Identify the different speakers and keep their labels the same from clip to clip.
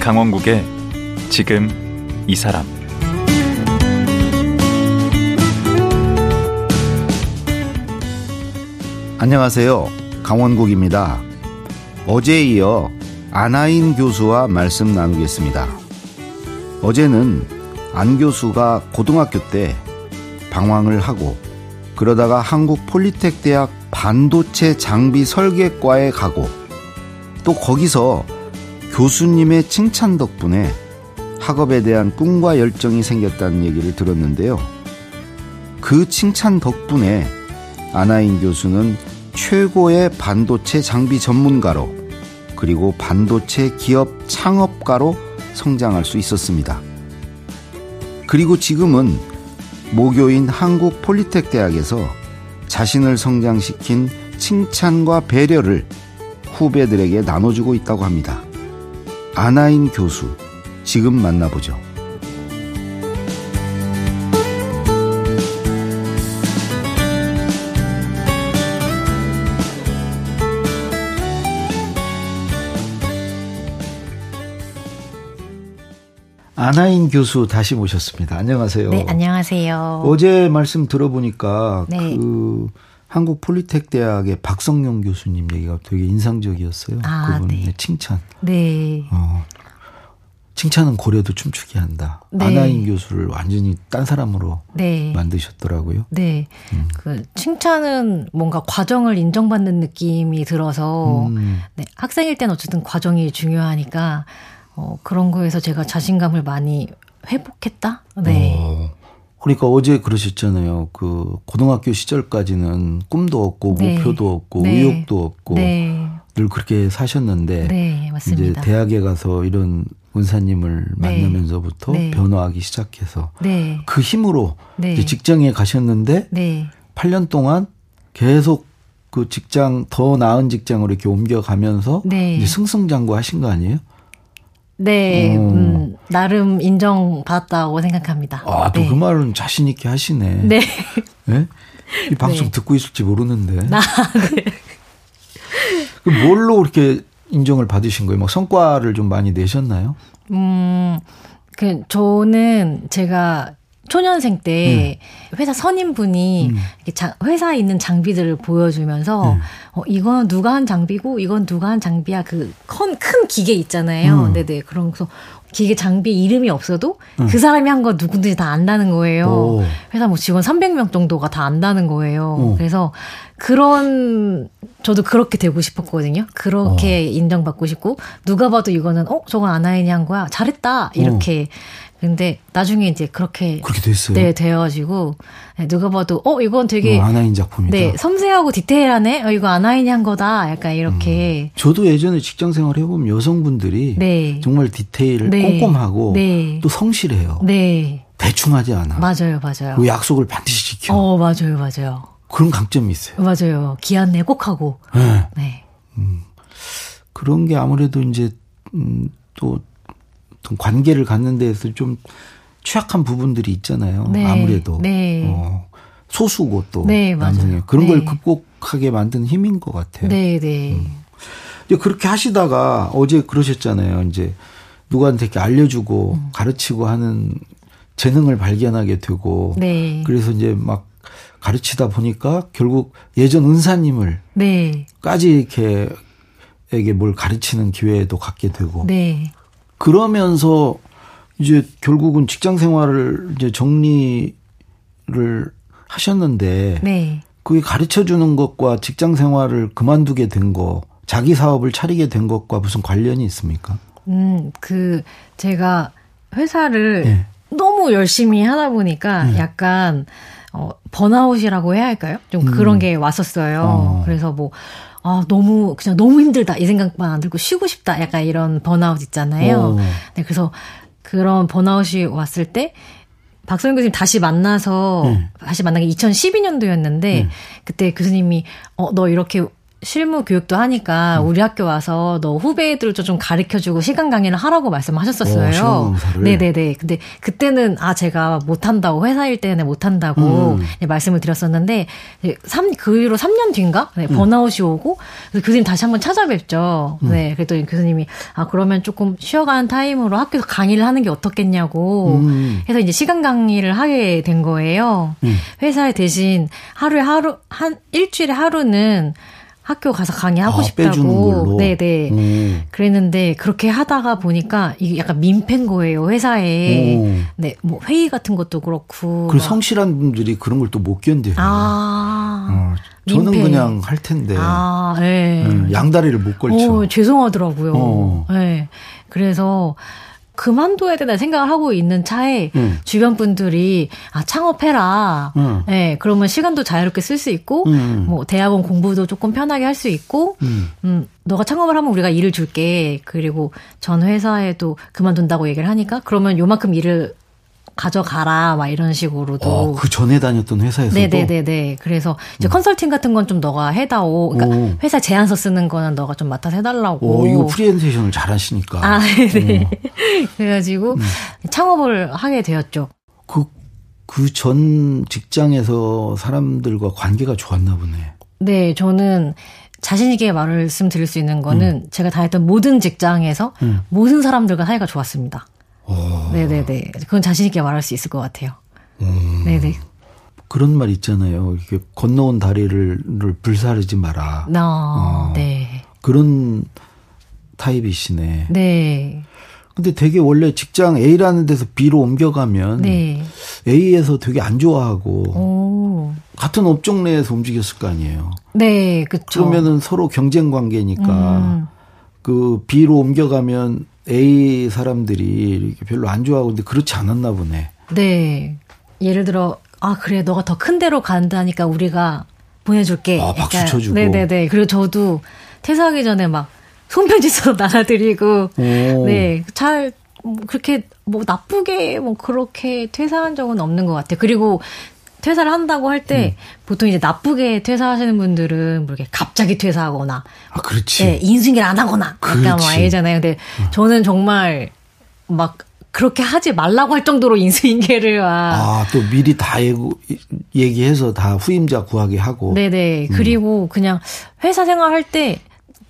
Speaker 1: 강원국의 지금 이 사람
Speaker 2: 안녕하세요. 강원국입니다. 어제에 이어 아나인 교수와 말씀 나누겠습니다. 어제는 안 교수가 고등학교 때 방황을 하고 그러다가 한국 폴리텍 대학 반도체 장비 설계과에 가고 또 거기서 교수님의 칭찬 덕분에 학업에 대한 꿈과 열정이 생겼다는 얘기를 들었는데요. 그 칭찬 덕분에 아나인 교수는 최고의 반도체 장비 전문가로 그리고 반도체 기업 창업가로 성장할 수 있었습니다. 그리고 지금은 모교인 한국 폴리텍 대학에서 자신을 성장시킨 칭찬과 배려를 후배들에게 나눠주고 있다고 합니다. 아나인 교수, 지금 만나보죠. 아나인 교수 다시 모셨습니다. 안녕하세요.
Speaker 3: 네, 안녕하세요.
Speaker 2: 어제 말씀 들어보니까
Speaker 3: 네.
Speaker 2: 그 한국 폴리텍 대학의 박성용 교수님 얘기가 되게 인상적이었어요.
Speaker 3: 아,
Speaker 2: 그분의
Speaker 3: 네.
Speaker 2: 칭찬.
Speaker 3: 네.
Speaker 2: 어. 칭찬은 고려도 춤추게 한다.
Speaker 3: 네.
Speaker 2: 아나인 교수를 완전히 딴 사람으로
Speaker 3: 네.
Speaker 2: 만드셨더라고요.
Speaker 3: 네.
Speaker 2: 음.
Speaker 3: 그 칭찬은 뭔가 과정을 인정받는 느낌이 들어서
Speaker 2: 음.
Speaker 3: 네, 학생일 땐 어쨌든 과정이 중요하니까 어, 그런 거에서 제가 자신감을 많이 회복했다. 네.
Speaker 2: 어. 그러니까 어제 그러셨잖아요. 그 고등학교 시절까지는 꿈도 없고
Speaker 3: 네.
Speaker 2: 목표도 없고
Speaker 3: 네.
Speaker 2: 의욕도 없고
Speaker 3: 네.
Speaker 2: 늘 그렇게 사셨는데
Speaker 3: 네,
Speaker 2: 이제
Speaker 3: 맞습니다.
Speaker 2: 대학에 가서 이런 원사님을
Speaker 3: 네.
Speaker 2: 만나면서부터
Speaker 3: 네.
Speaker 2: 변화하기 시작해서
Speaker 3: 네.
Speaker 2: 그 힘으로
Speaker 3: 네.
Speaker 2: 이제 직장에 가셨는데
Speaker 3: 네.
Speaker 2: 8년 동안 계속 그 직장 더 나은 직장으로 이렇게 옮겨가면서
Speaker 3: 네.
Speaker 2: 이제 승승장구하신 거 아니에요?
Speaker 3: 네.
Speaker 2: 어.
Speaker 3: 음, 나름 인정받았다고 생각합니다.
Speaker 2: 아, 또
Speaker 3: 네.
Speaker 2: 그 말은 자신 있게 하시네.
Speaker 3: 네.
Speaker 2: 예? 이 방송
Speaker 3: 네. 아,
Speaker 2: 듣고 있을지 모르는데.
Speaker 3: 나
Speaker 2: 그 뭘로 이렇게 인정을 받으신 거예요? 막 성과를 좀 많이 내셨나요?
Speaker 3: 음, 그, 저는 제가 초년생
Speaker 2: 네.
Speaker 3: 때 회사 선임분이
Speaker 2: 음.
Speaker 3: 이렇게 자- 회사에 있는 장비들을 보여주면서
Speaker 2: 네.
Speaker 3: 어, 이건 누가 한 장비고 이건 누가 한 장비야 그 큰 큰 기계 있잖아요.
Speaker 2: 음.
Speaker 3: 네네. 그런 거 기계 장비 이름이 없어도 그 사람이 한 거 누군지 다 안다는 거예요.
Speaker 2: 오.
Speaker 3: 회사 뭐 직원 300명 정도가 다 안다는 거예요.
Speaker 2: 어.
Speaker 3: 그래서 그런 저도 그렇게 되고 싶었거든요.
Speaker 2: 어.
Speaker 3: 그렇게 인정받고 싶고 누가 봐도 이거는 어 저건 아나인이 한 거야 잘했다 이렇게. 근데 나중에 이제 그렇게
Speaker 2: 어. 그렇게 됐어요.
Speaker 3: 네 되어가지고 네, 누가 봐도 어 이건 되게
Speaker 2: 어, 아나인 작품이다.
Speaker 3: 네 섬세하고 디테일하네. 어, 이거 아나인이 한 거다. 약간 이렇게
Speaker 2: 저도 예전에 직장 생활 해보면 여성분들이
Speaker 3: 네.
Speaker 2: 정말 디테일을
Speaker 3: 네.
Speaker 2: 꼼꼼하고
Speaker 3: 네.
Speaker 2: 또 성실해요.
Speaker 3: 네
Speaker 2: 대충 하지 않아.
Speaker 3: 맞아요 맞아요.
Speaker 2: 그 약속을 반드시 지켜.
Speaker 3: 어 맞아요 맞아요
Speaker 2: 그런 강점이 있어요.
Speaker 3: 맞아요 기한 내 꼭 하고
Speaker 2: 예.
Speaker 3: 네
Speaker 2: 그런 게 아무래도 이제 음, 또 어떤 관계를 갖는 데에서 좀 취약한 부분들이 있잖아요.
Speaker 3: 네,
Speaker 2: 아무래도
Speaker 3: 네.
Speaker 2: 어, 소수고 또
Speaker 3: 네, 맞아요.
Speaker 2: 남성이 그런 걸
Speaker 3: 네.
Speaker 2: 극복하게 만든 힘인 것 같아요.
Speaker 3: 네, 네.
Speaker 2: 음. 근데 그렇게 하시다가 어제 그러셨잖아요. 이제 누구한테 이렇게 알려주고
Speaker 3: 음.
Speaker 2: 가르치고 하는 재능을 발견하게 되고
Speaker 3: 네.
Speaker 2: 그래서 이제 막 가르치다 보니까 결국 예전 은사님을
Speaker 3: 네.
Speaker 2: 까지 이렇게 에게 뭘 가르치는 기회도 갖게 되고
Speaker 3: 네.
Speaker 2: 그러면서 이제 결국은 직장 생활을 이제 정리를 하셨는데
Speaker 3: 네.
Speaker 2: 그게 가르쳐 주는 것과 직장 생활을 그만두게 된 거, 자기 사업을 차리게 된 것과 무슨 관련이 있습니까?
Speaker 3: 음, 그 제가 회사를
Speaker 2: 예.
Speaker 3: 너무 열심히 하다 보니까 약간 어, 번아웃이라고 해야 할까요? 좀 그런 게 왔었어요.
Speaker 2: 어.
Speaker 3: 그래서 뭐 아, 너무 그냥 너무 힘들다. 이 생각만 안 들고 쉬고 싶다. 약간 이런 번아웃 있잖아요.
Speaker 2: 오.
Speaker 3: 네, 그래서 그런 번아웃이 왔을 때 박성현 교수님 다시
Speaker 2: 네.
Speaker 3: 만나서 다시 만난 게 2012년도였는데 그때 교수님이 어 너 이렇게 실무 교육도 하니까
Speaker 2: 음.
Speaker 3: 우리 학교 와서 너 후배들도 좀 가르쳐주고 시간 강의를 하라고
Speaker 2: 어, 시간
Speaker 3: 말씀하셨었어요.
Speaker 2: 강사를?
Speaker 3: 네네네. 근데 그때는 아 제가 못한다고 회사일 때는 못한다고
Speaker 2: 음.
Speaker 3: 네, 말씀을 드렸었는데 네, 삼그 이후로 3년 뒤인가 네,
Speaker 2: 음.
Speaker 3: 번아웃이 오고 그래서 교수님 다시 한번 찾아뵙죠. 네. 그랬더니 교수님이 아 그러면 조금 쉬어가는 타임으로 학교에서 강의를 하는 게 어떻겠냐고
Speaker 2: 음.
Speaker 3: 해서 이제 시간 강의를 하게 된 거예요. 회사에 대신 하루에 하루 한 일주일에 하루는 학교 가서 강의하고
Speaker 2: 아, 빼주는 걸로.
Speaker 3: 싶다고. 네네.
Speaker 2: 음.
Speaker 3: 그랬는데 그렇게 하다가 보니까 이게 약간 민폐인 거예요 회사에.
Speaker 2: 오.
Speaker 3: 네, 뭐 회의 같은 것도 그렇고.
Speaker 2: 그리고
Speaker 3: 막-
Speaker 2: 성실한 분들이 그런 걸 또 못 견뎌요. 어,
Speaker 3: 아,
Speaker 2: 저는
Speaker 3: 민폐.
Speaker 2: 그냥 할 텐데
Speaker 3: 아, 예.
Speaker 2: 음, 양다리를 못 걸쳐.
Speaker 3: 어, 죄송하더라고요.
Speaker 2: 어.
Speaker 3: 네. 그래서 그만둬야 되나 생각을 하고 있는 차에
Speaker 2: 음.
Speaker 3: 주변 분들이 아 창업해라.
Speaker 2: 음.
Speaker 3: 네, 그러면 시간도 자유롭게 쓸 수 있고
Speaker 2: 음.
Speaker 3: 뭐 대학원 공부도 조금 편하게 할 수 있고
Speaker 2: 음.
Speaker 3: 음, 너가 창업을 하면 우리가 일을 줄게. 그리고 전 회사에도 그만둔다고 얘기를 하니까 그러면 요만큼 일을 가져가라 막 이런 식으로도
Speaker 2: 어, 그 전에 다녔던 회사에서도 음.
Speaker 3: 네네네네. 그래서 이제 컨설팅 같은 건 좀 너가 해다오. 그러니까
Speaker 2: 오.
Speaker 3: 회사 제안서 쓰는 거는 너가 좀 맡아서 해달라고.
Speaker 2: 오, 어, 이거 프리젠테이션을 잘 하시니까.
Speaker 3: 아, 네.
Speaker 2: 음.
Speaker 3: 그래가지고 창업을 하게 되었죠.
Speaker 2: 그, 그 전 직장에서 사람들과 관계가 좋았나 보네.
Speaker 3: 네, 저는 자신 있게 말씀드릴 수 있는 거는
Speaker 2: 음.
Speaker 3: 제가 다했던 모든 직장에서 모든 사람들과 사이가 좋았습니다.
Speaker 2: 아. 어,
Speaker 3: 네네네. 그건 자신 있게 말할 수 있을 것 같아요.
Speaker 2: 음.
Speaker 3: 네네.
Speaker 2: 그런 말 있잖아요. 이렇게 건너온 다리를 를 불사르지 마라. 아.
Speaker 3: 나, 아, 네.
Speaker 2: 그런 타입이시네.
Speaker 3: 네.
Speaker 2: 근데 되게 원래 직장 A라는 데서 B로 옮겨가면
Speaker 3: 네. 어.
Speaker 2: A에서 되게 안 좋아하고
Speaker 3: 오.
Speaker 2: 같은 업종 내에서 움직였을 거 아니에요.
Speaker 3: 네, 그쵸.
Speaker 2: 그러면은 서로 경쟁 관계니까
Speaker 3: 음.
Speaker 2: 그 B로 옮겨가면 A 사람들이 이렇게 별로 안 좋아하고 근데 그렇지 않았나 보네.
Speaker 3: 네. 예를 들어, 아, 그래, 너가 더 큰 데로 간다니까 우리가 보내줄게.
Speaker 2: 아, 박수 쳐주고.
Speaker 3: 네네네. 그리고 저도 퇴사하기 전에 막 손편지 써서 날아드리고,
Speaker 2: 오.
Speaker 3: 네. 잘, 뭐 그렇게, 뭐 나쁘게, 뭐 그렇게 퇴사한 적은 없는 것 같아요. 그리고 퇴사를 한다고 할
Speaker 2: 음.
Speaker 3: 때, 보통 이제 나쁘게 퇴사하시는 분들은 뭐 이렇게 갑자기 퇴사하거나,
Speaker 2: 아 그렇지.
Speaker 3: 네, 인수인계를 안 하거나 약간
Speaker 2: 그렇지.
Speaker 3: 뭐 아니잖아요. 근데 저는 정말 막 그렇게 하지 말라고 할 정도로 인수인계를 와.
Speaker 2: 아 또 미리 다 예고, 얘기해서 다 후임자 구하게 하고.
Speaker 3: 네네.
Speaker 2: 음.
Speaker 3: 그리고 그냥 회사 생활할 때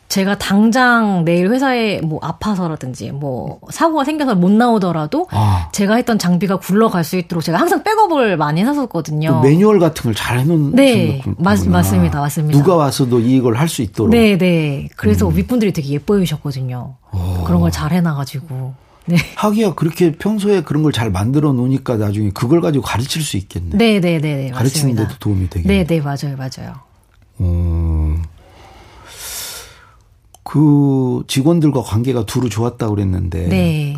Speaker 3: 제가 당장 내일 회사에 뭐 아파서라든지 뭐 사고가 생겨서 못 나오더라도
Speaker 2: 아.
Speaker 3: 제가 했던 장비가 굴러갈 수 있도록 제가 항상 백업을 많이
Speaker 2: 또
Speaker 3: 해놨었거든요.
Speaker 2: 매뉴얼 같은 걸 잘 해놓는
Speaker 3: 네,
Speaker 2: 생각군-
Speaker 3: 맞-
Speaker 2: 거구나.
Speaker 3: 맞습니다, 맞습니다.
Speaker 2: 누가 와서도 이걸 할 수 있도록.
Speaker 3: 네네. 그래서
Speaker 2: 음.
Speaker 3: 윗분들이 되게 예뻐해 주셨거든요.
Speaker 2: 어.
Speaker 3: 그런 걸 잘 해놔가지고. 네.
Speaker 2: 하기야 그렇게 평소에 그런 걸 잘 만들어 놓으니까 나중에 그걸 가지고 가르칠 수 있겠네.
Speaker 3: 네네네네.
Speaker 2: 가르치는
Speaker 3: 맞습니다.
Speaker 2: 데도 도움이 되겠네.
Speaker 3: 네네, 맞아요, 맞아요.
Speaker 2: 음. 그 직원들과 관계가 두루 좋았다고 그랬는데
Speaker 3: 네.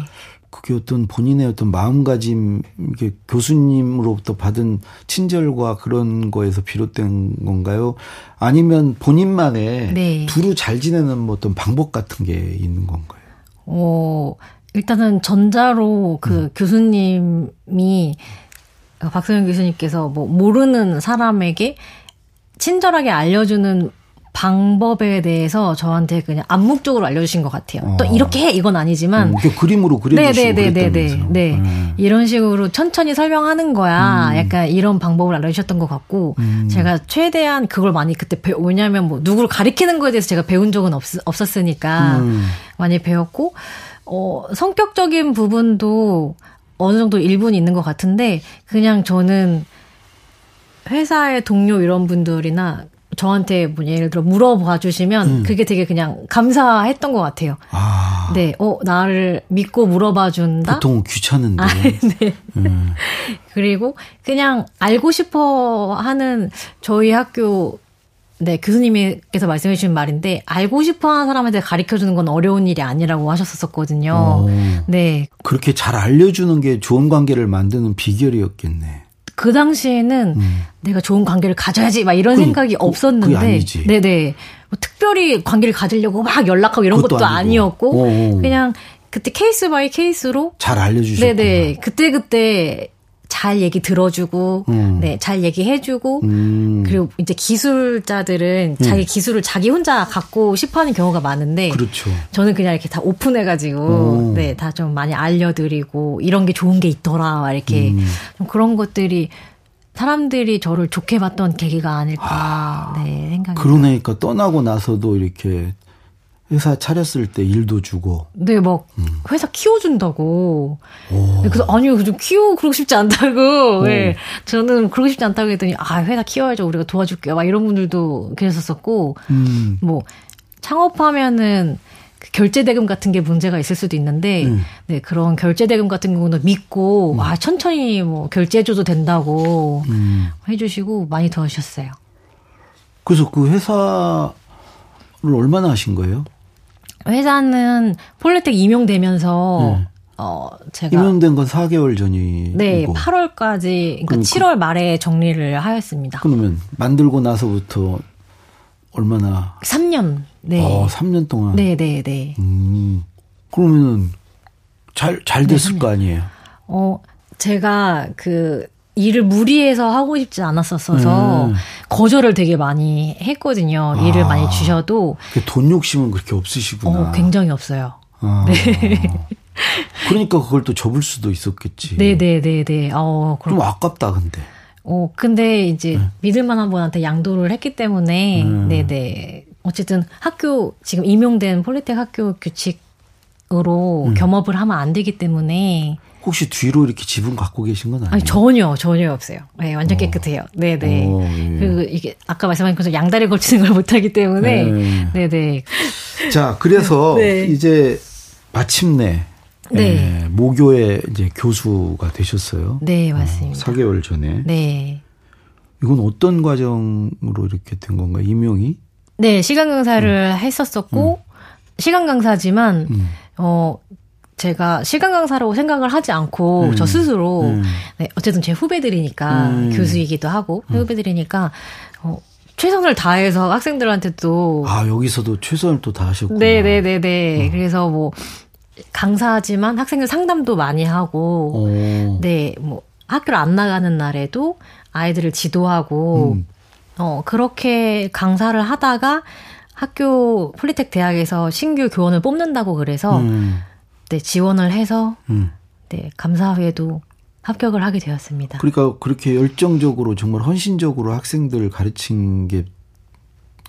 Speaker 2: 그게 어떤 본인의 어떤 마음가짐 이게 교수님으로부터 받은 친절과 그런 거에서 비롯된 건가요? 아니면 본인만의
Speaker 3: 네.
Speaker 2: 두루 잘 지내는 뭐 어떤 방법 같은 게 있는 건가요?
Speaker 3: 어, 일단은 전자로 그
Speaker 2: 음.
Speaker 3: 교수님이 어, 박소영 교수님께서 뭐 모르는 사람에게 친절하게 알려주는 방법에 대해서 저한테 그냥 암묵적으로 알려주신 것 같아요. 또
Speaker 2: 어.
Speaker 3: 이렇게 해 이건 아니지만
Speaker 2: 음, 이렇게 그림으로 그려주시고 그랬다면서요.
Speaker 3: 네.
Speaker 2: 음.
Speaker 3: 이런 식으로 천천히 설명하는 거야. 약간 이런 방법을 알려주셨던 것 같고,
Speaker 2: 음.
Speaker 3: 제가 최대한 그걸 많이 그때 배, 왜냐면 뭐, 누구를 가리키는 거에 대해서 제가 배운 적은 없,
Speaker 2: 음.
Speaker 3: 없었으니까, 많이 배웠고, 어, 성격적인 부분도 어느 정도 일부는 있는 것 같은데, 그냥 저는 회사의 동료 이런 분들이나, 저한테 뭐 예를 들어 물어봐 주시면 그게 되게 그냥 감사했던 것 같아요.
Speaker 2: 음. 아,
Speaker 3: 네, 어, 나를 믿고 물어봐 준다?
Speaker 2: 보통은 귀찮은데. 음.
Speaker 3: 아, 네. 그리고 그냥 알고 싶어 하는 저희 학교 네, 교수님께서 말씀해 주신 말인데 알고 싶어 하는 사람한테 가르쳐 주는 건 어려운 일이 아니라고 하셨었거든요.
Speaker 2: 어,
Speaker 3: 네.
Speaker 2: 그렇게 잘 알려주는 게 좋은 관계를 만드는 비결이었겠네.
Speaker 3: 그 당시에는 내가 좋은 관계를 가져야지 막 이런
Speaker 2: 음. 그,
Speaker 3: 생각이
Speaker 2: 그,
Speaker 3: 없었는데
Speaker 2: 그게 아니지.
Speaker 3: 네네 뭐 특별히 관계를 가지려고 막 연락하고 이런
Speaker 2: 그것도
Speaker 3: 것도
Speaker 2: 아니고. 어,
Speaker 3: 아니었고
Speaker 2: 오, 오.
Speaker 3: 그냥 그때 케이스 바이 케이스로 네,
Speaker 2: 잘 알려주셨구나.
Speaker 3: 네네. 그때그때 잘 얘기 들어주고
Speaker 2: 음.
Speaker 3: 네 잘 얘기해주고
Speaker 2: 음.
Speaker 3: 그리고 이제 기술자들은 자기 기술을 자기 혼자 갖고 싶어하는 경우가 많은데
Speaker 2: 그렇죠.
Speaker 3: 저는 그냥 이렇게 다 오픈해가지고
Speaker 2: 오.
Speaker 3: 네 다 좀 많이 알려드리고 이런 게 좋은 게 있더라 막 이렇게 좀 그런 것들이 사람들이 저를 좋게 봤던 계기가 아닐까 네 생각이
Speaker 2: 그러니까 떠나고 나서도 이렇게 회사 차렸을 때 일도 주고
Speaker 3: 네, 막 회사 키워준다고. 네, 그래서 아니요, 좀 키워 그러고 싶지 않다고. 예. 저는 그러고 싶지 않다고 했더니 아 회사 키워야죠, 우리가 도와줄게요. 막 이런 분들도 계셨었고,
Speaker 2: 음.
Speaker 3: 뭐 창업하면은 그 결제 대금 같은 게 문제가 있을 수도 있는데, 네 그런 결제 대금 같은 경우는 믿고 아 천천히 뭐 결제해줘도 된다고
Speaker 2: 음.
Speaker 3: 해주시고 많이 도와주셨어요.
Speaker 2: 그래서 그 회사를 얼마나 하신 거예요?
Speaker 3: 회사는 폴레텍 임용되면서 어 제가
Speaker 2: 임용된 건 4개월 전이고.
Speaker 3: 네, 8월까지, 그러니까
Speaker 2: 그럼 그-
Speaker 3: 7월 말에 정리를 하였습니다.
Speaker 2: 그러면 만들고 나서부터 얼마나?
Speaker 3: 3년. 네.
Speaker 2: 어, 3년 동안.
Speaker 3: 네, 네, 네.
Speaker 2: 음. 그러면은 잘,
Speaker 3: 네.
Speaker 2: 잘 됐을 거 아니에요?
Speaker 3: 어, 제가 그 일을 무리해서 하고 싶지 않았었어서
Speaker 2: 음.
Speaker 3: 거절을 되게 많이 했거든요. 일을
Speaker 2: 아.
Speaker 3: 많이 주셔도
Speaker 2: 그돈 욕심은 그렇게 없으시구나.
Speaker 3: 어, 굉장히 네. 없어요.
Speaker 2: 아. 그러니까 그걸 또 접을 수도 있었겠지.
Speaker 3: 네, 네, 네, 네. 어, 그럼
Speaker 2: 예. 좀 아깝다, 근데.
Speaker 3: 어, 근데 이제 믿을 만한 분한테 양도를 했기 때문에,
Speaker 2: 음.
Speaker 3: 네네. 어쨌든 학교, 지금 임용된 폴리텍 학교
Speaker 2: 음.
Speaker 3: 규칙으로 겸업을 하면 안 되기 때문에,
Speaker 2: 혹시 뒤로 이렇게 지분 갖고 계신 건 아니에요?
Speaker 3: 아니, 전혀, 전혀 없어요. 네, 완전 깨끗해요. 네네.
Speaker 2: 오, 예.
Speaker 3: 그리고 이게, 아까 말씀하신 것처럼 양다리 걸치는 걸 못하기 때문에,
Speaker 2: 예.
Speaker 3: 네네.
Speaker 2: 자, 그래서
Speaker 3: 네.
Speaker 2: 이제 마침내
Speaker 3: 네.
Speaker 2: 예, 모교의 이제 교수가 되셨어요.
Speaker 3: 네, 맞습니다.
Speaker 2: 4개월 전에.
Speaker 3: 네.
Speaker 2: 이건 어떤 과정으로 이렇게 된 건가? 임용이?
Speaker 3: 네, 시간 강사를 했었었고, 시간 강사지만,
Speaker 2: 음.
Speaker 3: 어, 제가 시간 강사라고 생각을 하지 않고, 저 스스로,
Speaker 2: 음.
Speaker 3: 네, 어쨌든 제 후배들이니까,
Speaker 2: 음.
Speaker 3: 교수이기도 하고, 후배들이니까, 어, 최선을 다해서 학생들한테도,
Speaker 2: 아, 여기서도 최선을 또 다하셨구나.
Speaker 3: 네,
Speaker 2: 음.
Speaker 3: 네네네네. 그래서 뭐, 강사지만 학생들 상담도 많이 하고,
Speaker 2: 어.
Speaker 3: 네, 뭐 학교를 안 나가는 날에도 아이들을 지도하고
Speaker 2: 음.
Speaker 3: 어 그렇게 강사를 하다가 학교 폴리텍 대학에서 신규 교원을 뽑는다고 그래서
Speaker 2: 음,
Speaker 3: 네, 지원을 해서
Speaker 2: 음.
Speaker 3: 네, 감사회도 합격을 하게 되었습니다.
Speaker 2: 그러니까 그렇게 열정적으로 정말 헌신적으로 학생들을 가르친 게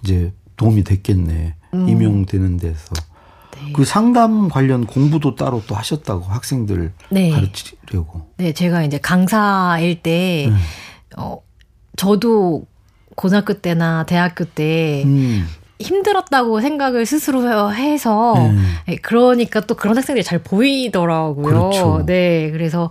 Speaker 2: 이제 도움이 됐겠네. 임용되는 데서.
Speaker 3: 음. 네.
Speaker 2: 그 상담 관련 공부도 따로 또 하셨다고 학생들을
Speaker 3: 네.
Speaker 2: 가르치려고. 네.
Speaker 3: 네, 제가 이제 강사일 때
Speaker 2: 음.
Speaker 3: 어, 저도 고등학교 때나 대학교 때
Speaker 2: 음.
Speaker 3: 힘들었다고 생각을 스스로 해서
Speaker 2: 음.
Speaker 3: 예, 그러니까 또 그런 학생들이 잘 보이더라고요.
Speaker 2: 그렇죠.
Speaker 3: 네, 그래서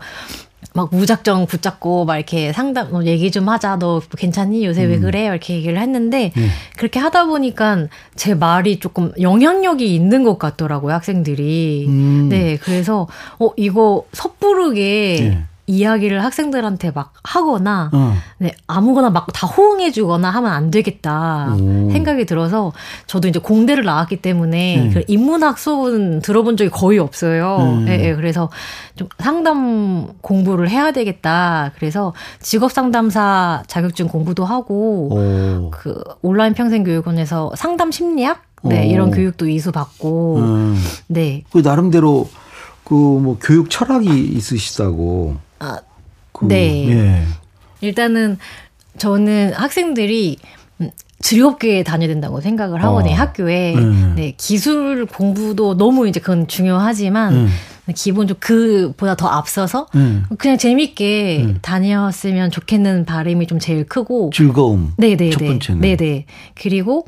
Speaker 3: 막 무작정 붙잡고 막 이렇게 상담 어, 얘기 좀 하자. 너 괜찮니? 요새
Speaker 2: 음.
Speaker 3: 왜 그래? 이렇게 얘기를 했는데
Speaker 2: 네.
Speaker 3: 그렇게 하다 보니까 제 말이 조금 영향력이 있는 것 같더라고요. 학생들이.
Speaker 2: 음.
Speaker 3: 네, 그래서 어 이거 섣부르게
Speaker 2: 예.
Speaker 3: 이야기를 학생들한테 막 하거나
Speaker 2: 어.
Speaker 3: 네, 아무거나 막 다 호응해주거나 하면 안 되겠다
Speaker 2: 오.
Speaker 3: 아, 생각이 들어서 저도 이제 공대를 나왔기 때문에
Speaker 2: 음.
Speaker 3: 그 인문학 수업은 들어본 적이 거의 없어요.
Speaker 2: 음.
Speaker 3: 예, 예, 그래서 좀 상담 공부를 해야 되겠다. 그래서 직업 상담사 자격증 공부도
Speaker 2: 어.
Speaker 3: 하고
Speaker 2: 오.
Speaker 3: 그 온라인 평생 교육원에서 상담 심리학 네,
Speaker 2: 오.
Speaker 3: 이런 교육도 이수받고
Speaker 2: 어. 음.
Speaker 3: 네.
Speaker 2: 그 나름대로 그 뭐 교육 철학이 있으시다고.
Speaker 3: 아,
Speaker 2: 그,
Speaker 3: 네.
Speaker 2: 예.
Speaker 3: 일단은 저는 학생들이 음, 즐겁게 다녀야 된다고 생각을 하거든요,
Speaker 2: 어.
Speaker 3: 학교에.
Speaker 2: 음.
Speaker 3: 네, 기술 공부도 너무 이제 그건 중요하지만,
Speaker 2: 음.
Speaker 3: 기본 좀 그보다 더 앞서서,
Speaker 2: 음.
Speaker 3: 그냥 재밌게 다녔으면 좋겠는 바람이 좀 제일 크고,
Speaker 2: 즐거움.
Speaker 3: 네네네.
Speaker 2: 첫 번째는.
Speaker 3: 네네. 그리고,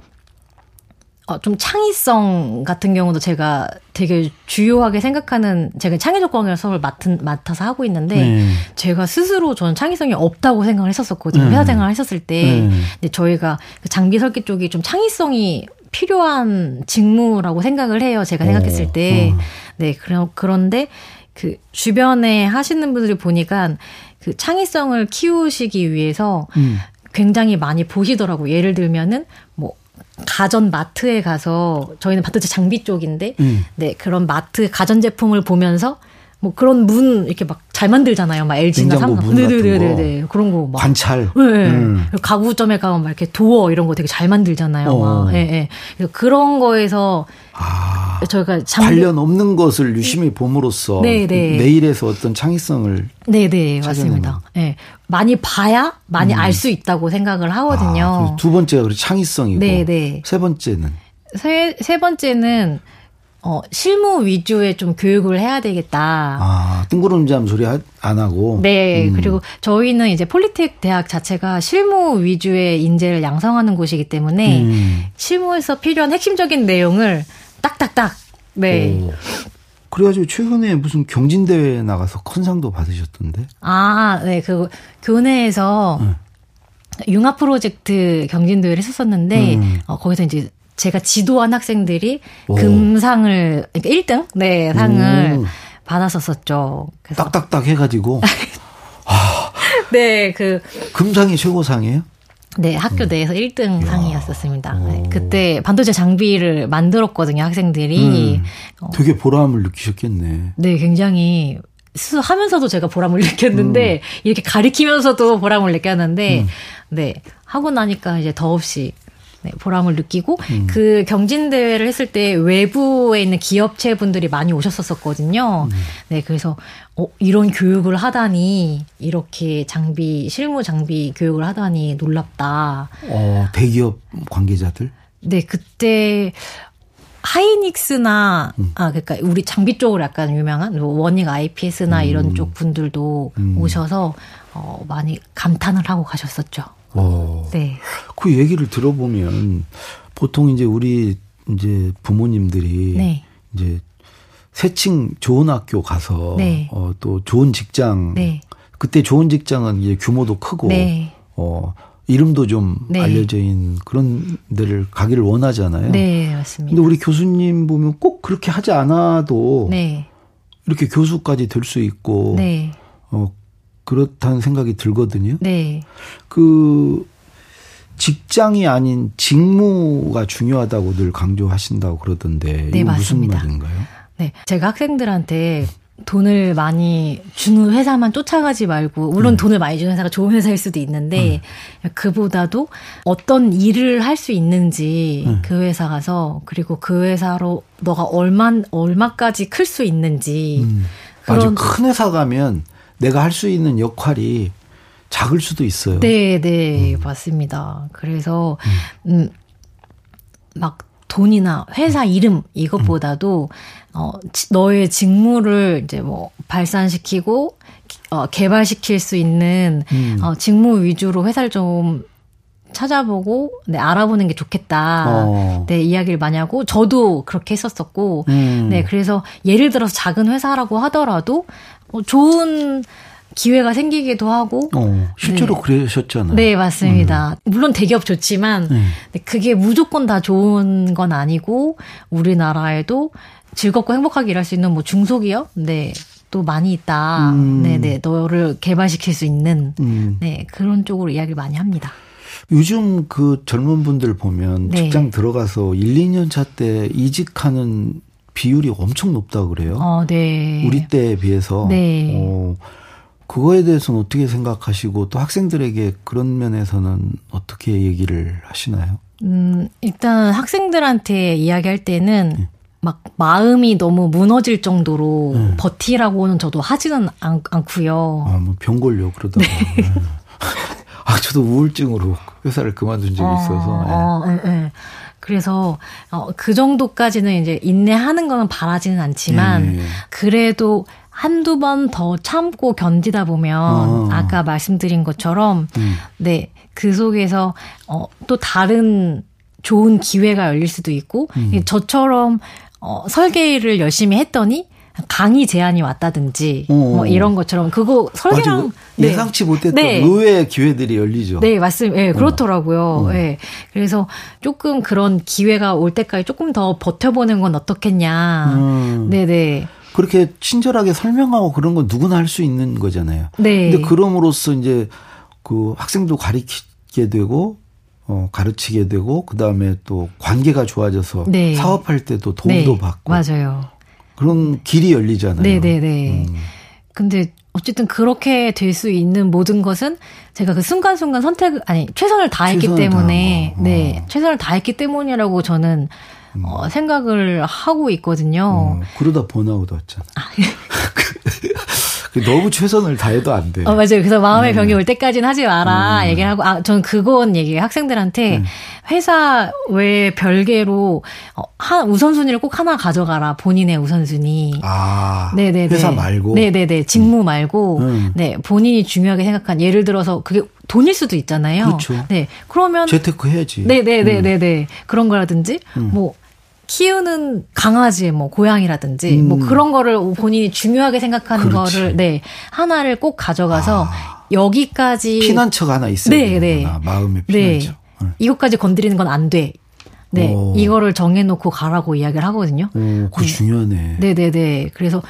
Speaker 3: 어, 좀 창의성 같은 경우도 제가 되게 주요하게 생각하는, 제가 창의적 공연을 수업을 맡은, 맡아서 하고 있는데,
Speaker 2: 네.
Speaker 3: 제가 스스로 저는 창의성이 없다고 생각을 했었었거든요.
Speaker 2: 음.
Speaker 3: 회사 생활을 했었을 때.
Speaker 2: 음.
Speaker 3: 근데 저희가 그 장비 설계 쪽이 좀 창의성이 필요한 직무라고 생각을 해요. 제가 생각했을
Speaker 2: 어,
Speaker 3: 때.
Speaker 2: 어.
Speaker 3: 네, 그런, 그런데 그 주변에 하시는 분들이 보니까 그 창의성을 키우시기 위해서
Speaker 2: 음.
Speaker 3: 굉장히 많이 보시더라고요. 예를 들면은 뭐 가전 마트에 가서 저희는 반도체 장비 쪽인데
Speaker 2: 음.
Speaker 3: 네, 그런 마트 가전제품을 보면서 뭐 그런 문 이렇게 막 잘 만들잖아요. 막 LG나
Speaker 2: 냉장고
Speaker 3: 삼성.
Speaker 2: 문 같은
Speaker 3: 네네네네. 그런 거 막.
Speaker 2: 관찰.
Speaker 3: 예, 예.
Speaker 2: 음.
Speaker 3: 그리고 가구점에 가면 막 이렇게 도어 이런 거 되게 잘 만들잖아요.
Speaker 2: 어.
Speaker 3: 막. 예, 예. 그래서 그런 거에서
Speaker 2: 아,
Speaker 3: 저희가 장...
Speaker 2: 관련 없는 것을 유심히 봄으로써
Speaker 3: 네, 네.
Speaker 2: 내일에서 어떤 창의성을
Speaker 3: 네네
Speaker 2: 찾아내는.
Speaker 3: 맞습니다. 예, 많이 봐야 많이 알 수 있다고 생각을
Speaker 2: 음. 아,
Speaker 3: 하거든요.
Speaker 2: 그래서 두 번째가 그 창의성이고
Speaker 3: 네네.
Speaker 2: 세 번째는
Speaker 3: 세, 세 번째는 어, 실무 위주의 좀 교육을 해야 되겠다.
Speaker 2: 아 뜬구름 잠 소리 하- 안 하고
Speaker 3: 네,
Speaker 2: 음.
Speaker 3: 그리고 저희는 이제 폴리텍 대학 자체가 실무 위주의 인재를 양성하는 곳이기 때문에
Speaker 2: 음.
Speaker 3: 실무에서 필요한 핵심적인 내용을 딱딱딱 네.
Speaker 2: 오. 그래가지고 최근에 무슨 경진 대회 에 나가서 큰 상도 받으셨던데.
Speaker 3: 아, 네. 그 교내에서
Speaker 2: 네.
Speaker 3: 융합 프로젝트 경진 대회를 했었었는데
Speaker 2: 음.
Speaker 3: 어, 거기서 이제 제가 지도한 학생들이
Speaker 2: 오.
Speaker 3: 금상을 그러니까 1등 네, 상을
Speaker 2: 음.
Speaker 3: 받았었었죠. 그래서
Speaker 2: 딱딱딱 해가지고
Speaker 3: 네, 그
Speaker 2: 금상이 최고상이에요.
Speaker 3: 네, 학교 내에서 1등 상이었었습니다. 네,
Speaker 2: 음. 오.
Speaker 3: 그때 반도체 장비를 만들었거든요, 학생들이.
Speaker 2: 음.
Speaker 3: 어,
Speaker 2: 되게 보람을 느끼셨겠네.
Speaker 3: 네, 굉장히 수하면서도 제가 보람을 느꼈는데 이렇게 가리키면서도 보람을 느꼈는데 네, 하고 나니까 이제 더없이 네, 보람을 느끼고 그 경진 대회를 했을 때 외부에 있는 기업체 분들이 많이 오셨었거든요. 네, 그래서 어, 이런 교육을 하다니 이렇게 장비 실무 장비 교육을 하다니 놀랍다.
Speaker 2: 어, 대기업 관계자들.
Speaker 3: 네, 그때 하이닉스나 아 그러니까 우리 장비 쪽으로 약간 유명한 뭐 원익 IPS나 이런 쪽 분들도 오셔서 어 많이 감탄을 하고 가셨었죠.
Speaker 2: 어.
Speaker 3: 네.
Speaker 2: 그 얘기를 들어보면 보통 이제 우리 이제 부모님들이
Speaker 3: 네.
Speaker 2: 이제 새칭 좋은 학교 가서
Speaker 3: 네.
Speaker 2: 어, 또 좋은 직장
Speaker 3: 네.
Speaker 2: 그때 좋은 직장은 이제 규모도 크고
Speaker 3: 네.
Speaker 2: 어, 이름도 좀
Speaker 3: 네.
Speaker 2: 알려져 있는 그런 데를 가기를 원하잖아요.
Speaker 3: 네, 맞습니다.
Speaker 2: 근데 우리 교수님 보면 꼭 그렇게 하지 않아도
Speaker 3: 네.
Speaker 2: 이렇게 교수까지 될 수 있고
Speaker 3: 네.
Speaker 2: 어, 그렇다는 생각이 들거든요.
Speaker 3: 네.
Speaker 2: 그 직장이 아닌 직무가 중요하다고 늘 강조하신다고 그러던데
Speaker 3: 네,
Speaker 2: 이거
Speaker 3: 맞습니다.
Speaker 2: 무슨 말인가요?
Speaker 3: 네. 제가 학생들한테 돈을 많이 주는 회사만 쫓아가지 말고, 물론 돈을 많이 주는 회사가 좋은 회사일 수도 있는데, 그보다도 어떤 일을 할 수 있는지
Speaker 2: 음.
Speaker 3: 그 회사 가서, 그리고 그 회사로 너가 얼마, 얼마까지 클 수 있는지,
Speaker 2: 음. 아주
Speaker 3: 그런-
Speaker 2: 큰 회사 가면 내가 할 수 있는 역할이 작을 수도 있어요.
Speaker 3: 네, 네, 맞습니다. 그래서, 음, 막 돈이나 회사
Speaker 2: 음.
Speaker 3: 이름 이것보다도, 어, 지- 너의 직무를 이제 뭐 발산시키고, 기- 어, 개발시킬 수 있는,
Speaker 2: 음.
Speaker 3: 어, 직무 위주로 회사를 좀 찾아보고, 네, 알아보는 게 좋겠다.
Speaker 2: 어.
Speaker 3: 네, 이야기를 많이 하고, 저도 그렇게 했었었고,
Speaker 2: 음.
Speaker 3: 네, 그래서 예를 들어서 작은 회사라고 하더라도, 어, 좋은 기회가 생기기도 하고,
Speaker 2: 어, 실제로
Speaker 3: 네.
Speaker 2: 그러셨잖아요. 음.
Speaker 3: 네, 맞습니다. 물론 대기업 좋지만
Speaker 2: 네.
Speaker 3: 근데 그게 무조건 다 좋은 건 아니고 우리나라에도 즐겁고 행복하게 일할 수 있는 뭐 중소기업 네, 또 많이 있다.
Speaker 2: 음.
Speaker 3: 네, 네. 너를 개발시킬 수 있는
Speaker 2: 음.
Speaker 3: 네, 그런 쪽으로 이야기를 많이 합니다.
Speaker 2: 요즘 그 젊은 분들 보면
Speaker 3: 네.
Speaker 2: 직장 들어가서 1, 2년 차 때 이직하는 비율이 엄청 높다 그래요.
Speaker 3: 어, 네.
Speaker 2: 우리 때에 비해서.
Speaker 3: 네.
Speaker 2: 어, 그거에 대해서는 어떻게 생각하시고 또 학생들에게 그런 면에서는 어떻게 얘기를 하시나요?
Speaker 3: 음, 일단 학생들한테 이야기할 때는
Speaker 2: 네.
Speaker 3: 막 마음이 너무 무너질 정도로 버티라고는 저도 하지는 않, 않고요.
Speaker 2: 네. 아, 뭐병 걸려 그러다가.
Speaker 3: 네.
Speaker 2: 네. 아, 저도 우울증으로 회사를 그만둔 적이 있어서. 예.
Speaker 3: 어, 어, 예, 예. 그래서 어, 그 정도까지는 이제 인내하는 거는 바라지는 않지만
Speaker 2: 예, 예.
Speaker 3: 그래도 한두 번 더 참고 견디다 보면
Speaker 2: 어.
Speaker 3: 아까 말씀드린 것처럼
Speaker 2: 음.
Speaker 3: 네. 그 속에서 어, 또 다른 좋은 기회가 열릴 수도 있고
Speaker 2: 음.
Speaker 3: 예, 저처럼 어, 설계를 열심히 했더니 강의 제안이 왔다든지
Speaker 2: 어, 어,
Speaker 3: 뭐
Speaker 2: 어.
Speaker 3: 이런 것처럼 그거 설계랑
Speaker 2: 아주 예상치 못했던 그
Speaker 3: 네.
Speaker 2: 의외의 기회들이 열리죠. 음.
Speaker 3: 네, 맞습니다. 예, 그렇더라고요. 예. 그래서 조금 그런 기회가 올 때까지 조금 더 버텨보는 건 어떻겠냐.
Speaker 2: 음.
Speaker 3: 네네.
Speaker 2: 그렇게 친절하게 설명하고 그런 건 누구나 할 수 있는 거잖아요.
Speaker 3: 네.
Speaker 2: 근데 그럼으로써 이제 그 학생도 가르치게 되고 어 가르치게 되고 그다음에 또 관계가 좋아져서
Speaker 3: 네.
Speaker 2: 사업할 때도 도움도
Speaker 3: 네,
Speaker 2: 받고
Speaker 3: 맞아요.
Speaker 2: 그런 길이 열리잖아요. 음.
Speaker 3: 네네네. 근데 어쨌든 그렇게 될 수 있는 모든 것은 제가 그 순간순간 선택 아니 최선을 다했기
Speaker 2: 최선을 다한
Speaker 3: 때문에
Speaker 2: 거. 어. 음.
Speaker 3: 네 최선을 다했기 때문이라고 저는 어, 생각을 하고 있거든요.
Speaker 2: 어, 그러다 번아웃 왔잖아.
Speaker 3: 예.
Speaker 2: 그 너무 최선을 다해도 안 돼.
Speaker 3: 어 맞아요. 그래서 마음의 병이 올 때까지는 하지 마라
Speaker 2: 음.
Speaker 3: 얘기를 하고 아 저는 그건 얘기해요. 학생들한테 회사 외 별개로 어, 한 우선순위를 꼭 하나 가져가라 본인의 우선순위.
Speaker 2: 아,
Speaker 3: 네네네.
Speaker 2: 회사 말고.
Speaker 3: 네네네. 직무 말고.
Speaker 2: 음.
Speaker 3: 네. 본인이 중요하게 생각한, 예를 들어서 그게 돈일 수도 있잖아요.
Speaker 2: 그렇죠.
Speaker 3: 네. 그러면.
Speaker 2: 재테크 해야지.
Speaker 3: 네네네네네. 그런 거라든지,
Speaker 2: 음.
Speaker 3: 뭐, 키우는 강아지, 뭐, 고양이라든지,
Speaker 2: 음.
Speaker 3: 뭐, 그런 거를 본인이 중요하게 생각하는
Speaker 2: 그렇지. 아.
Speaker 3: 거를, 네. 하나를 꼭 가져가서 여기까지.
Speaker 2: 피난처가 하나 있어야
Speaker 3: 네, 네.
Speaker 2: 되는구나. 마음의
Speaker 3: 네.
Speaker 2: 피난처. 어, 응.
Speaker 3: 이것까지 건드리는 건 안 돼. 네.
Speaker 2: 오.
Speaker 3: 이거를 정해놓고 가라고 이야기를 하거든요.
Speaker 2: 오, 어, 그거 중요하네.
Speaker 3: 네네네. 그래서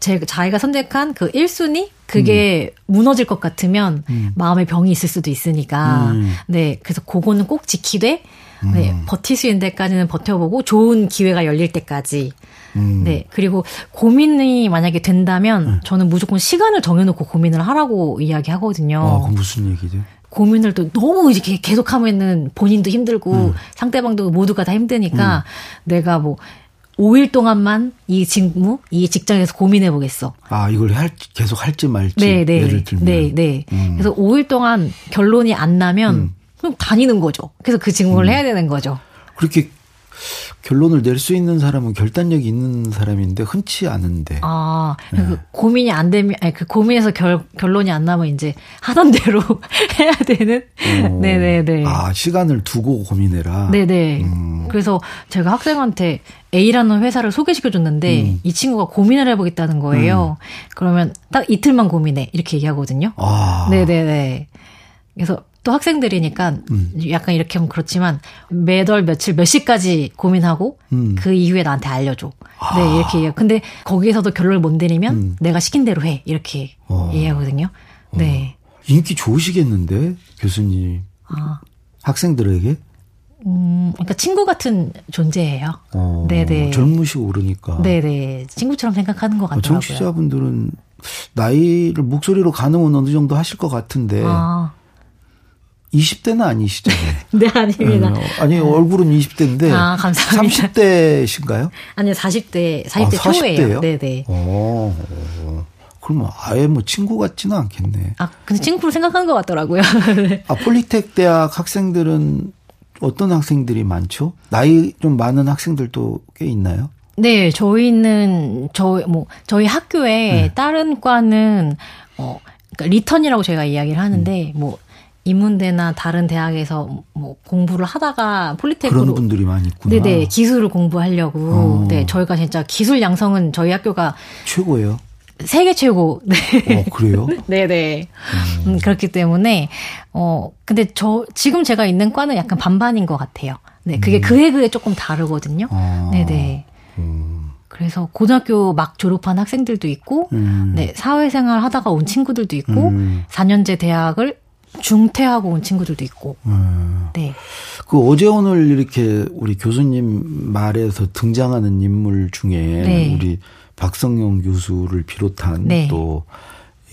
Speaker 3: 제 자기가 선택한 그 1순위 그게
Speaker 2: 음.
Speaker 3: 무너질 것 같으면 마음의 병이 있을 수도 있으니까
Speaker 2: 음.
Speaker 3: 네 그래서 그거는 꼭 지키되 네, 버틸 수 있는 데까지는 버텨보고 좋은 기회가 열릴 때까지
Speaker 2: 음.
Speaker 3: 네 그리고 고민이 만약에 된다면 저는 무조건 시간을 정해놓고 고민을 하라고 이야기하거든요.
Speaker 2: 아, 그 무슨 얘기죠?
Speaker 3: 고민을 또 너무 이렇게 계속하면은 본인도 힘들고
Speaker 2: 음.
Speaker 3: 상대방도 모두가 다 힘드니까 내가 뭐 5일 동안만 이 직무, 이 직장에서 고민해 보겠어.
Speaker 2: 아, 이걸 할, 계속 할지 말지.
Speaker 3: 네, 네.
Speaker 2: 예를 들면. 음.
Speaker 3: 네, 네. 그래서 5일 동안 결론이 안 나면 그럼 다니는 거죠. 그래서 그
Speaker 2: 음.
Speaker 3: 직무를 해야 되는 거죠.
Speaker 2: 그렇게 결론을 낼 수 있는 사람은 결단력이 있는 사람인데 흔치 않은데.
Speaker 3: 아,
Speaker 2: 네.
Speaker 3: 그 고민이 안 되면, 아니, 그 고민에서 결, 결론이 안 나면 이제 하던 대로 해야 되는?
Speaker 2: 어.
Speaker 3: 네네네.
Speaker 2: 아, 시간을 두고 고민해라.
Speaker 3: 네네.
Speaker 2: 음.
Speaker 3: 그래서 제가 학생한테 A라는 회사를 소개시켜줬는데
Speaker 2: 음.
Speaker 3: 이 친구가 고민을 해보겠다는 거예요. 그러면 딱 이틀만 고민해 이렇게 얘기하거든요.
Speaker 2: 아,
Speaker 3: 네네네. 그래서 또 학생들이니까
Speaker 2: 음.
Speaker 3: 약간 이렇게 하면 그렇지만 매달 며칠 몇 시까지 고민하고
Speaker 2: 음. 아.
Speaker 3: 그 이후에 나한테 알려줘. 네 이렇게 얘기해요. 근데 거기에서도 결론을 못 내리면 내가 시킨 대로 해 이렇게
Speaker 2: 음. 어.
Speaker 3: 얘기하거든요. 네.
Speaker 2: 인기 좋으시겠는데, 교수님.
Speaker 3: 아,
Speaker 2: 학생들에게?
Speaker 3: 음, 그러니까 친구 같은 존재예요.
Speaker 2: 어,
Speaker 3: 네네.
Speaker 2: 젊으시고 그러니까.
Speaker 3: 네네 친구처럼 생각하는 것
Speaker 2: 어,
Speaker 3: 같더라고요.
Speaker 2: 청취자분들은 나이를 목소리로 가늠은 어느 정도 하실 것 같은데,
Speaker 3: 아,
Speaker 2: 20대는 아니시잖아요.
Speaker 3: 네 아닙니다.
Speaker 2: 어, 아니, 얼굴은 20대인데,
Speaker 3: 아, 감사합니다.
Speaker 2: 30대신가요?
Speaker 3: 아니요 40대 40대
Speaker 2: 아, 40대 예요?
Speaker 3: 초예요. 네네.
Speaker 2: 어, 어. 그러면 아예 뭐 친구 같지는 않겠네.
Speaker 3: 아 근데 친구로 생각하는 것 같더라고요. 네.
Speaker 2: 아, 폴리텍 대학 학생들은 어떤 학생들이 많죠? 나이 좀 많은 학생들도 꽤 있나요?
Speaker 3: 네 저희는 저희 뭐 저희 학교에
Speaker 2: 네.
Speaker 3: 다른 과는 어 그러니까 리턴이라고 저희가 이야기를
Speaker 2: 음.
Speaker 3: 하는데 뭐 인문대나 다른 대학에서 뭐 공부를 하다가
Speaker 2: 그런
Speaker 3: 폴리테크로
Speaker 2: 분들이 많이 있구나.
Speaker 3: 네네 기술을 공부하려고
Speaker 2: 어.
Speaker 3: 네 저희가 진짜 기술 양성은 저희 학교가
Speaker 2: 최고예요.
Speaker 3: 세계 최고 네.
Speaker 2: 어, 그래요?
Speaker 3: 네네. 음, 그렇기 때문에, 어, 근데 저, 지금 제가 있는 과는 약간 반반인 것 같아요. 네, 그게 그에 그에 조금 다르거든요.
Speaker 2: 음. 아,
Speaker 3: 네네.
Speaker 2: 음,
Speaker 3: 그래서 고등학교 막 졸업한 학생들도 있고,
Speaker 2: 음,
Speaker 3: 네, 사회생활 하다가 온 친구들도 있고,
Speaker 2: 음.
Speaker 3: 4년제 대학을 중퇴하고 온 친구들도 있고,
Speaker 2: 음.
Speaker 3: 네.
Speaker 2: 그 어제 오늘 이렇게 우리 교수님 말에서 등장하는 인물 중에
Speaker 3: 네.
Speaker 2: 우리 박성용 교수를 비롯한
Speaker 3: 네.
Speaker 2: 또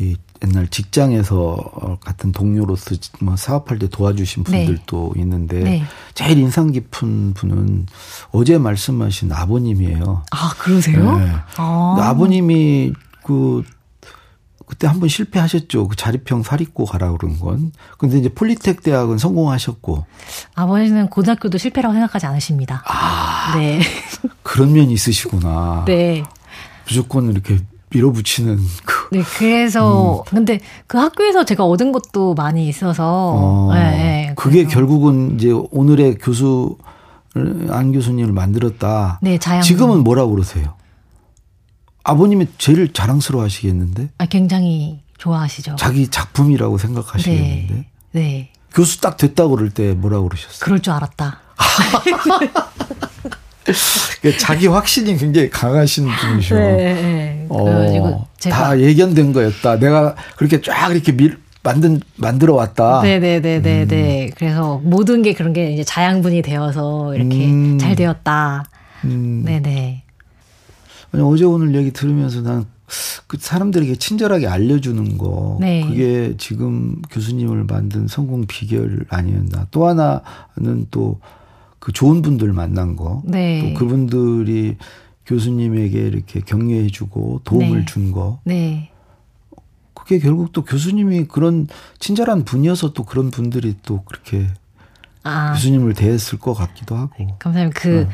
Speaker 2: 이 옛날 직장에서 어, 같은 동료로서 지- 뭐 사업할 때 도와주신
Speaker 3: 네.
Speaker 2: 분들도 있는데
Speaker 3: 네.
Speaker 2: 제일 인상 깊은 분은 어제 말씀하신 아버님이에요.
Speaker 3: 아, 그러세요?
Speaker 2: 네.
Speaker 3: 아.
Speaker 2: 아버님이 그 그때 한 번 실패하셨죠. 그 자립형 사립고 가라 그런 건. 근데 이제 폴리텍 대학은 성공하셨고
Speaker 3: 아버지는 고등학교도 실패라고 생각하지 않으십니다.
Speaker 2: 아.
Speaker 3: 네.
Speaker 2: 그런 면이 있으시구나.
Speaker 3: 네.
Speaker 2: 무조건 이렇게 밀어붙이는 그
Speaker 3: 네,
Speaker 2: 음.
Speaker 3: 그래서 근데 그 학교에서 제가 얻은 것도 많이 있어서
Speaker 2: 어,
Speaker 3: 네, 네,
Speaker 2: 그게
Speaker 3: 그래서-
Speaker 2: 결국은 이제 오늘의 교수 안 교수님을 만들었다.
Speaker 3: 네 자양
Speaker 2: 지금은 뭐라고 그러세요? 아버님이 제일 자랑스러워하시겠는데
Speaker 3: 아, 굉장히 좋아하시죠.
Speaker 2: 자기 작품이라고 생각하시겠는데
Speaker 3: 네, 네,
Speaker 2: 교수 딱 됐다고 그럴 때 뭐라고 그러셨어요?
Speaker 3: 그럴 줄 알았다.
Speaker 2: 그러니까 자기 확신이 굉장히 강하신 분이셔.
Speaker 3: 네, 네.
Speaker 2: 그렇죠. 어,
Speaker 3: 그래가지고 제가
Speaker 2: 다 예견된 거였다. 내가 그렇게 쫙 이렇게 밀 만든 만들어 왔다. 음.
Speaker 3: 네네네네네. 그래서 모든 게 그런 게 이제 자양분이 되어서 이렇게 네,
Speaker 2: 음.
Speaker 3: 잘 되었다.
Speaker 2: 음.
Speaker 3: 네네.
Speaker 2: 아니, 어제 오늘 얘기 들으면서 난 그 사람들에게 친절하게 알려주는 거
Speaker 3: 네.
Speaker 2: 그게 지금 교수님을 만든 성공 비결 아니었나. 또 하나는 또 그 좋은 분들 만난 거.
Speaker 3: 네.
Speaker 2: 또 그분들이 교수님에게 이렇게 격려해주고 도움을
Speaker 3: 네.
Speaker 2: 준 거.
Speaker 3: 네.
Speaker 2: 그게 결국 또 교수님이 그런 친절한 분이어서 또 그런 분들이 또 그렇게
Speaker 3: 아,
Speaker 2: 교수님을 대했을 것 같기도 하고.
Speaker 3: 감사합니다. 그
Speaker 2: 네.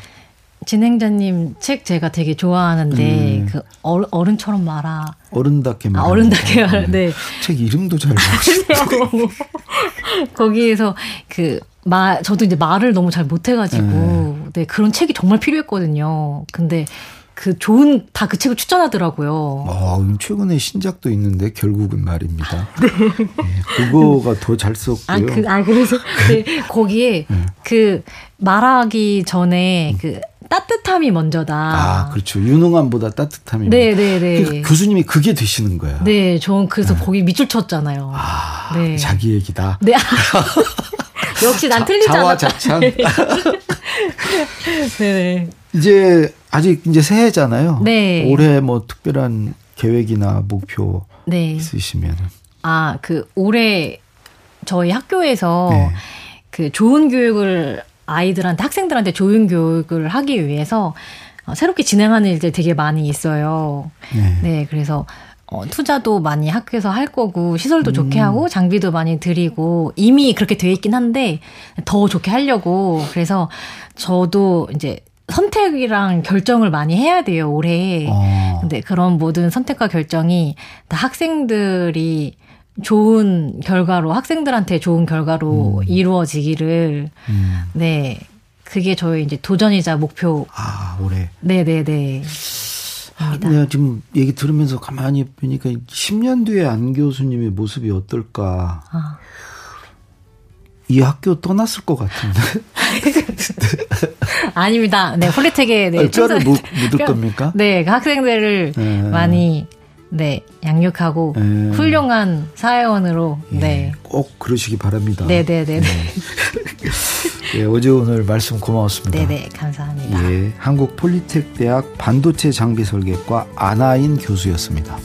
Speaker 3: 진행자님 책 제가 되게 좋아하는데
Speaker 2: 음.
Speaker 3: 그 어- 어른처럼 말아.
Speaker 2: 어른답게
Speaker 3: 아,
Speaker 2: 말.
Speaker 3: 어른답게
Speaker 2: 음.
Speaker 3: 말아. 네.
Speaker 2: 책 이름도 잘 모르겠어요.
Speaker 3: 거기에서 그 말, 저도 이제 말을 너무 잘 못해가지고, 네, 그런 책이 정말 필요했거든요. 근데 그 좋은, 다 그 책을 추천하더라고요.
Speaker 2: 어, 그럼 최근에 신작도 있는데 결국은 말입니다. 네, 그거가 더 잘 썼고요.
Speaker 3: 아, 그, 아, 그래서, 네, 거기에 그 말하기 전에 그 따뜻함이 먼저다.
Speaker 2: 아, 그렇죠. 유능함보다 따뜻함이.
Speaker 3: 네, 네, 네.
Speaker 2: 그러니까 교수님이 그게 되시는 거야.
Speaker 3: 네, 저는 그래서 거기 밑줄 쳤잖아요.
Speaker 2: 아,
Speaker 3: 네.
Speaker 2: 자기 얘기다.
Speaker 3: 네. 역시 난 틀리지 네. 않았다.
Speaker 2: 자화자찬.
Speaker 3: 네네.
Speaker 2: 이제 아직 이제 새해잖아요.
Speaker 3: 네.
Speaker 2: 올해 뭐 특별한 계획이나 목표
Speaker 3: 네.
Speaker 2: 있으시면
Speaker 3: 아, 그 올해 저희 학교에서
Speaker 2: 네.
Speaker 3: 그 좋은 교육을 아이들한테 학생들한테 좋은 교육을 하기 위해서 어, 새롭게 진행하는 일들 되게 많이 있어요.
Speaker 2: 네.
Speaker 3: 네, 그래서 어, 투자도 많이 학교에서 할 거고 시설도 좋게
Speaker 2: 음.
Speaker 3: 하고 장비도 많이 드리고 이미 그렇게 돼 있긴 한데 더 좋게 하려고 그래서 저도 이제 선택이랑 결정을 많이 해야 돼요 올해.
Speaker 2: 어,
Speaker 3: 근데 네, 그런 모든 선택과 결정이 다 학생들이 좋은 결과로 학생들한테 좋은 결과로 이루어지기를
Speaker 2: 음.
Speaker 3: 네 그게 저희 이제 도전이자 목표
Speaker 2: 아 올해.
Speaker 3: 네네네
Speaker 2: 아, 내가 지금 얘기 들으면서 가만히 보니까 10년 뒤에 안 교수님의 모습이 어떨까.
Speaker 3: 아.
Speaker 2: 이 학교 떠났을 것 같은데.
Speaker 3: 아닙니다 네 폴리텍에 네,
Speaker 2: 아니, 뼈를
Speaker 3: 칭찬-
Speaker 2: 묻, 을
Speaker 3: 뼈-
Speaker 2: 겁니까?
Speaker 3: 네그 학생들을
Speaker 2: 네.
Speaker 3: 많이 네 양육하고
Speaker 2: 네.
Speaker 3: 훌륭한 사회원으로
Speaker 2: 예, 꼭 그러시기 바랍니다.
Speaker 3: 네 네 네 네
Speaker 2: 예, 어제 오늘 말씀 고마웠습니다.
Speaker 3: 네, 네, 감사합니다.
Speaker 2: 예, 한국 폴리텍 대학 반도체 장비 설계과 아나인 교수였습니다.